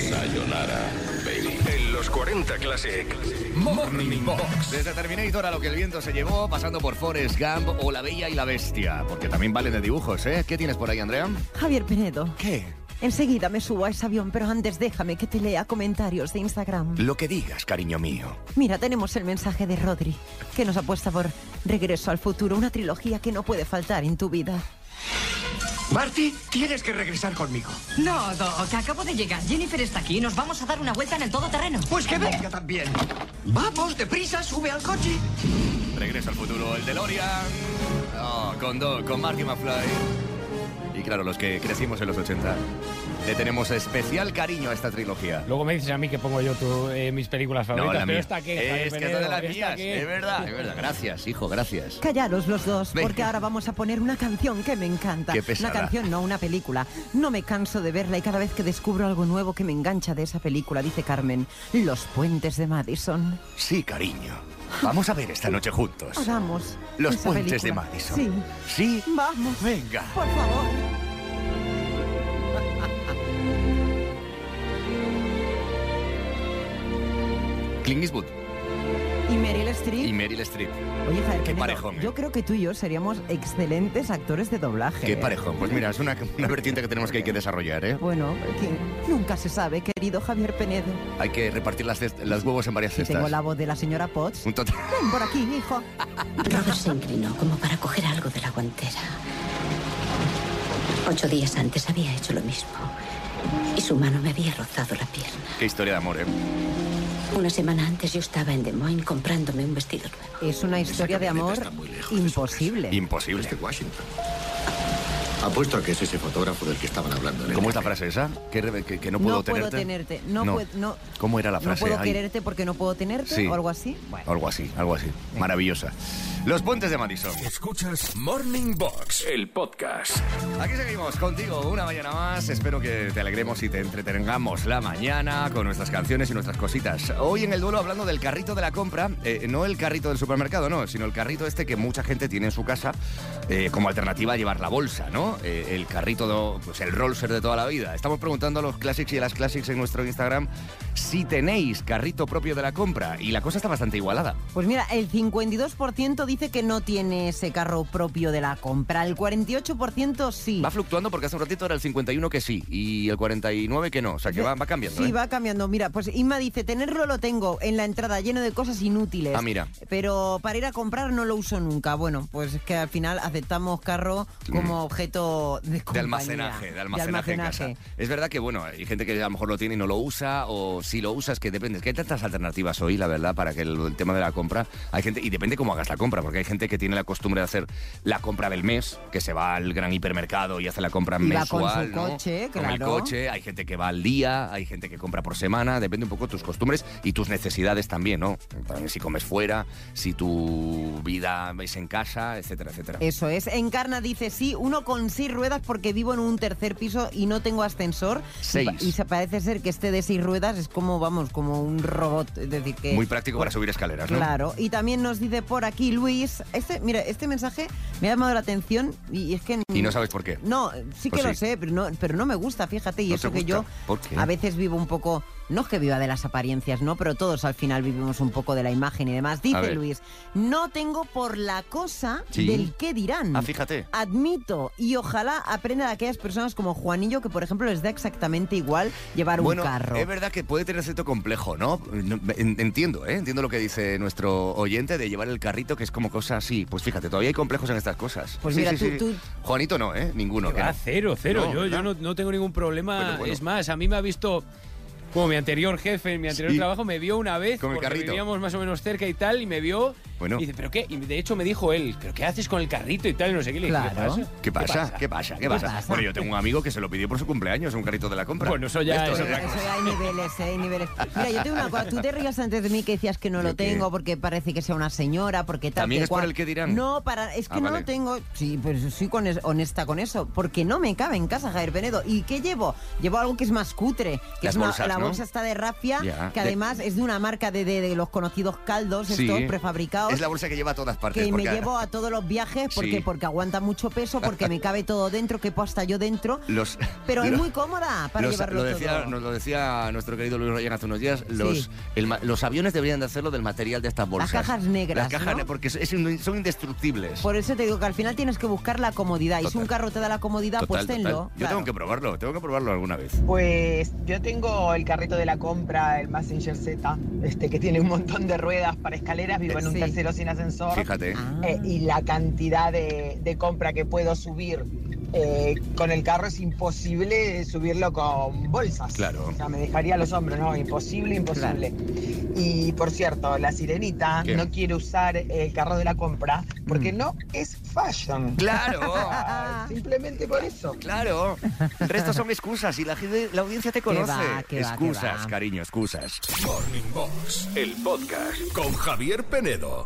Speaker 1: Sayonara, baby. En los 40 Classic. Morning Box.
Speaker 2: Desde Terminator a lo que el viento se llevó, pasando por Forrest Gump o La Bella y la Bestia. Porque también valen de dibujos, ¿eh? ¿Qué tienes por ahí, Andrea?
Speaker 3: Javier Penedo.
Speaker 2: ¿Qué?
Speaker 3: Enseguida me subo a ese avión, pero antes déjame que te lea comentarios de Instagram.
Speaker 2: Lo que digas, cariño mío.
Speaker 3: Mira, tenemos el mensaje de Rodri, que nos apuesta por Regreso al futuro, una trilogía que no puede faltar en tu vida.
Speaker 1: Marty, tienes que regresar conmigo.
Speaker 10: No, Doc, acabo de llegar. Jennifer está aquí. Nos vamos a dar una vuelta en el todoterreno.
Speaker 1: Pues que venga también. Vamos, deprisa, sube al coche.
Speaker 2: Regreso al futuro, el DeLorean. Oh, con Doc, con Marty McFly. Y claro, los que crecimos en los 80. Le tenemos especial cariño a esta trilogía.
Speaker 4: Luego me dices a mí que pongo yo tu- eh, mis películas
Speaker 2: No,
Speaker 4: favoritas,
Speaker 2: la
Speaker 4: pero
Speaker 2: mía.
Speaker 4: esta que Javier
Speaker 2: es que
Speaker 4: Penedo,
Speaker 2: es de las
Speaker 4: esta
Speaker 2: mías,
Speaker 4: que-
Speaker 2: es verdad, es verdad. Gracias, hijo, gracias.
Speaker 3: Callaros los dos,
Speaker 2: Venga.
Speaker 3: porque ahora vamos a poner una canción que me encanta.
Speaker 2: Qué pesada.
Speaker 3: una canción, no una película. No me canso de verla y cada vez que descubro algo nuevo que me engancha de esa película, dice Carmen, Los puentes de Madison.
Speaker 2: Sí, cariño. Vamos a ver esta noche juntos.
Speaker 3: Hagamos
Speaker 2: Los
Speaker 3: esa
Speaker 2: puentes
Speaker 3: película.
Speaker 2: de Madison.
Speaker 3: Sí.
Speaker 2: Sí.
Speaker 3: Vamos.
Speaker 2: Venga.
Speaker 3: Por favor.
Speaker 2: Clint Eastwood
Speaker 3: Y Meryl Streep.
Speaker 2: y Meryl Streep.
Speaker 3: Oye, Javier
Speaker 2: Qué
Speaker 3: Penedo,
Speaker 2: parejón. ¿eh?
Speaker 3: Yo creo que tú y yo seríamos excelentes actores de doblaje.
Speaker 2: Qué
Speaker 3: ¿eh?
Speaker 2: parejón. Pues mira, es una, una vertiente que tenemos que, hay que desarrollar, ¿eh?
Speaker 3: Bueno, que nunca se sabe, querido Javier Penedo.
Speaker 2: Hay que repartir las, cest- las huevos en varias
Speaker 3: Y
Speaker 2: cestas.
Speaker 3: tengo la voz de la señora Potts.
Speaker 2: Un total.
Speaker 3: Ven por aquí, hijo.
Speaker 12: Robert se inclinó como para coger algo de la guantera. Ocho días antes había hecho lo mismo. Y su mano me había rozado la pierna.
Speaker 2: Qué historia de amor, ¿eh?
Speaker 12: Una semana antes yo estaba en Des Moines comprándome un vestido nuevo.
Speaker 3: Es una historia de amor imposible.
Speaker 2: Imposible.
Speaker 13: Este Washington. Apuesto a que es ese fotógrafo del que estaban hablando.
Speaker 2: ¿Cómo es la frase esa? Que, re- que- que no puedo tenerte.
Speaker 3: tenerte. No,
Speaker 2: No.
Speaker 3: puedo- no-
Speaker 2: ¿Cómo era la
Speaker 3: no
Speaker 2: frase?
Speaker 3: puedo
Speaker 2: Ay,
Speaker 3: quererte porque no puedo tenerte
Speaker 2: Sí.
Speaker 3: o algo así. Bueno.
Speaker 2: Algo así, algo así. Maravillosa. Los puentes de Madison.
Speaker 1: Escuchas Morning Box, el podcast.
Speaker 2: Aquí seguimos contigo una mañana más. Espero que te alegremos y te entretengamos la mañana con nuestras canciones y nuestras cositas. Hoy en el duelo hablando del carrito de la compra, eh, no el carrito del supermercado, no, sino el carrito este que mucha gente tiene en su casa eh, como alternativa a llevar la bolsa, ¿no? Eh, el carrito, de- pues el rollser de toda la vida. Estamos preguntando a los classics y a las classics en nuestro Instagram si tenéis carrito propio de la compra y la cosa está bastante igualada.
Speaker 3: Pues mira, el 52% dice que no tiene ese carro propio de la compra. El 48% sí.
Speaker 2: Va fluctuando porque hace un ratito era el 51 que sí y el 49 que no, o sea que va, va cambiando.
Speaker 3: Sí,
Speaker 2: ¿eh?
Speaker 3: va cambiando. Mira, pues Inma dice, tenerlo lo tengo en la entrada lleno de cosas inútiles.
Speaker 2: Ah, mira.
Speaker 3: Pero para ir a comprar no lo uso nunca. Bueno, pues es que al final aceptamos carro como objeto
Speaker 2: Mm.
Speaker 3: de
Speaker 2: De
Speaker 3: compañía.
Speaker 2: almacenaje, de almacenaje, en
Speaker 3: almacenaje.
Speaker 2: casa. Es verdad que, bueno, hay gente que a lo mejor lo tiene y no lo usa, o si lo usas, que depende. Es que hay tantas alternativas hoy, la verdad, para que el, el tema de la compra. Hay gente, y depende cómo hagas la compra, porque hay gente que tiene la costumbre de hacer la compra del mes, que se va al gran hipermercado y hace la compra
Speaker 3: Y va con
Speaker 2: mensual.
Speaker 3: su
Speaker 2: ¿no?
Speaker 3: coche,
Speaker 2: Con el
Speaker 3: claro.
Speaker 2: coche, hay gente que va al día, hay gente que compra por semana, depende un poco de tus costumbres y tus necesidades también, ¿no? También si comes fuera, si tu vida es en casa, etcétera, etcétera.
Speaker 3: Eso es. Encarna dice, sí, uno con seis ruedas porque vivo en un tercer piso y no tengo ascensor.
Speaker 2: Seis.
Speaker 3: Y, se parece ser que este de seis ruedas es como, vamos, como un robot. Es decir, que...
Speaker 2: Muy práctico para subir escaleras, ¿no?
Speaker 3: Eh, Claro, y también nos dice por aquí Luis, este, mira, este mensaje me ha llamado la atención y es que...
Speaker 2: Y no sabes por qué.
Speaker 3: No, eh, sí que
Speaker 2: Pues
Speaker 3: lo
Speaker 2: sí.
Speaker 3: sé, pero no, pero no me gusta, fíjate, y
Speaker 2: ¿No
Speaker 3: eso
Speaker 2: te
Speaker 3: que
Speaker 2: gusta?
Speaker 3: yo
Speaker 2: ¿Por qué?
Speaker 3: a veces vivo un poco, no es que viva de las apariencias, ¿no? Pero todos al final vivimos un poco de la imagen y demás. Dice
Speaker 2: ver.
Speaker 3: Luis, no tengo por la cosa
Speaker 2: Sí.
Speaker 3: del qué dirán.
Speaker 2: Ah, fíjate.
Speaker 3: Admito y ojalá aprenda de aquellas personas como Juanillo que, por ejemplo, les da exactamente igual llevar
Speaker 2: bueno,
Speaker 3: un carro.
Speaker 2: Es verdad que puede tener cierto complejo, ¿no? No, en- Entiendo, ¿eh? Entiendo lo que dice nuestro oyente de llevar el carrito, que es como cosa así. Pues fíjate, todavía hay complejos en estas cosas.
Speaker 4: Pues
Speaker 2: Sí,
Speaker 4: mira,
Speaker 2: sí, sí,
Speaker 4: tú-
Speaker 2: sí. Juanito no, ¿eh? Ninguno. que
Speaker 4: Ah,
Speaker 2: no.
Speaker 4: cero, cero.
Speaker 2: No,
Speaker 4: yo yo
Speaker 2: ¿verdad?
Speaker 4: no, no tengo ningún problema.
Speaker 2: Bueno, bueno.
Speaker 4: Es más, a mí me ha visto. Como mi anterior jefe en mi anterior
Speaker 2: Sí.
Speaker 4: trabajo me vio una vez,
Speaker 2: Con el
Speaker 4: porque
Speaker 2: carrito.
Speaker 4: vivíamos más o menos cerca y tal, y me vio.
Speaker 2: Bueno.
Speaker 4: Y dice, ¿pero qué? Y de hecho me dijo él, ¿pero qué haces con el carrito y tal? Y no sé qué. Le dije,
Speaker 3: Claro.
Speaker 2: ¿Qué pasa? ¿Qué pasa? ¿Qué pasa? Bueno, yo tengo un amigo que se lo pidió por su cumpleaños, un carrito de la compra.
Speaker 4: Bueno, eso ya es otra
Speaker 2: cosa.
Speaker 3: Eso hay niveles, eh, hay niveles. Mira, yo tengo una cosa. Tú te rías antes de mí que decías que no lo
Speaker 2: ¿Yo qué?
Speaker 3: tengo porque parece que sea una señora, porque tal.
Speaker 2: ¿También
Speaker 3: que
Speaker 2: es por
Speaker 3: cual.
Speaker 2: el que dirán?
Speaker 3: No, para, es que
Speaker 2: Ah,
Speaker 3: no
Speaker 2: vale.
Speaker 3: lo tengo. Sí, pues soy con es- honesta con eso. Porque no me cabe en casa, Javier Penedo. ¿Y qué llevo? Llevo algo que es más cutre. Que
Speaker 2: Las
Speaker 3: es una-
Speaker 2: bolsas,
Speaker 3: La
Speaker 2: ¿no?
Speaker 3: bolsa está de rafia,
Speaker 2: Ya.
Speaker 3: que
Speaker 2: De-
Speaker 3: además es de una marca de, de- de los conocidos caldos,
Speaker 2: Sí.
Speaker 3: estos prefabricados.
Speaker 2: Es la bolsa que lleva a todas partes.
Speaker 3: Que me
Speaker 2: porque
Speaker 3: llevo a todos los viajes porque,
Speaker 2: Sí.
Speaker 3: porque aguanta mucho peso, porque me cabe todo dentro, que hasta yo dentro.
Speaker 2: Los,
Speaker 3: Pero es
Speaker 2: lo-
Speaker 3: muy cómoda para
Speaker 2: los-
Speaker 3: llevarlo
Speaker 2: lo decía,
Speaker 3: todo.
Speaker 2: Nos lo decía nuestro querido Luis Rayán hace unos días. Los,
Speaker 3: Sí.
Speaker 2: el ma- los aviones deberían de hacerlo del material de estas bolsas.
Speaker 3: cajas negras,
Speaker 2: Las cajas
Speaker 3: ¿no? Pues
Speaker 2: ne- porque es- es- son indestructibles.
Speaker 3: Por eso te digo que al final tienes que buscar la comodidad. Y si
Speaker 2: Total.
Speaker 3: un carro te da la comodidad,
Speaker 2: Total,
Speaker 3: pues
Speaker 2: total.
Speaker 3: tenlo.
Speaker 2: Yo
Speaker 3: claro.
Speaker 2: tengo que probarlo, tengo que probarlo alguna vez.
Speaker 14: Pues yo tengo el carrito de la compra, el Messenger Z, este que tiene un montón de ruedas para escaleras, vivo en un
Speaker 2: Sí.
Speaker 14: tercero sin ascensor.
Speaker 3: Ah.
Speaker 5: Eh,
Speaker 2: Fíjate.
Speaker 14: Eh, y la cantidad de, de compra que puedo subir eh, con el carro es imposible subirlo con bolsas.
Speaker 2: Claro.
Speaker 14: O sea, me dejaría los hombros, ¿no? Imposible, imposible. Y por cierto, la sirenita
Speaker 2: ¿Qué?
Speaker 14: no quiere usar el carro de la compra porque no es fashion.
Speaker 2: Claro.
Speaker 14: Simplemente por eso.
Speaker 2: Claro. El resto son excusas y la, gente- la audiencia te
Speaker 14: Qué va,
Speaker 2: conoce.
Speaker 14: qué va,
Speaker 2: excusas,
Speaker 14: qué va.
Speaker 2: cariño, excusas.
Speaker 1: Morning Box, el podcast con Javier Penedo.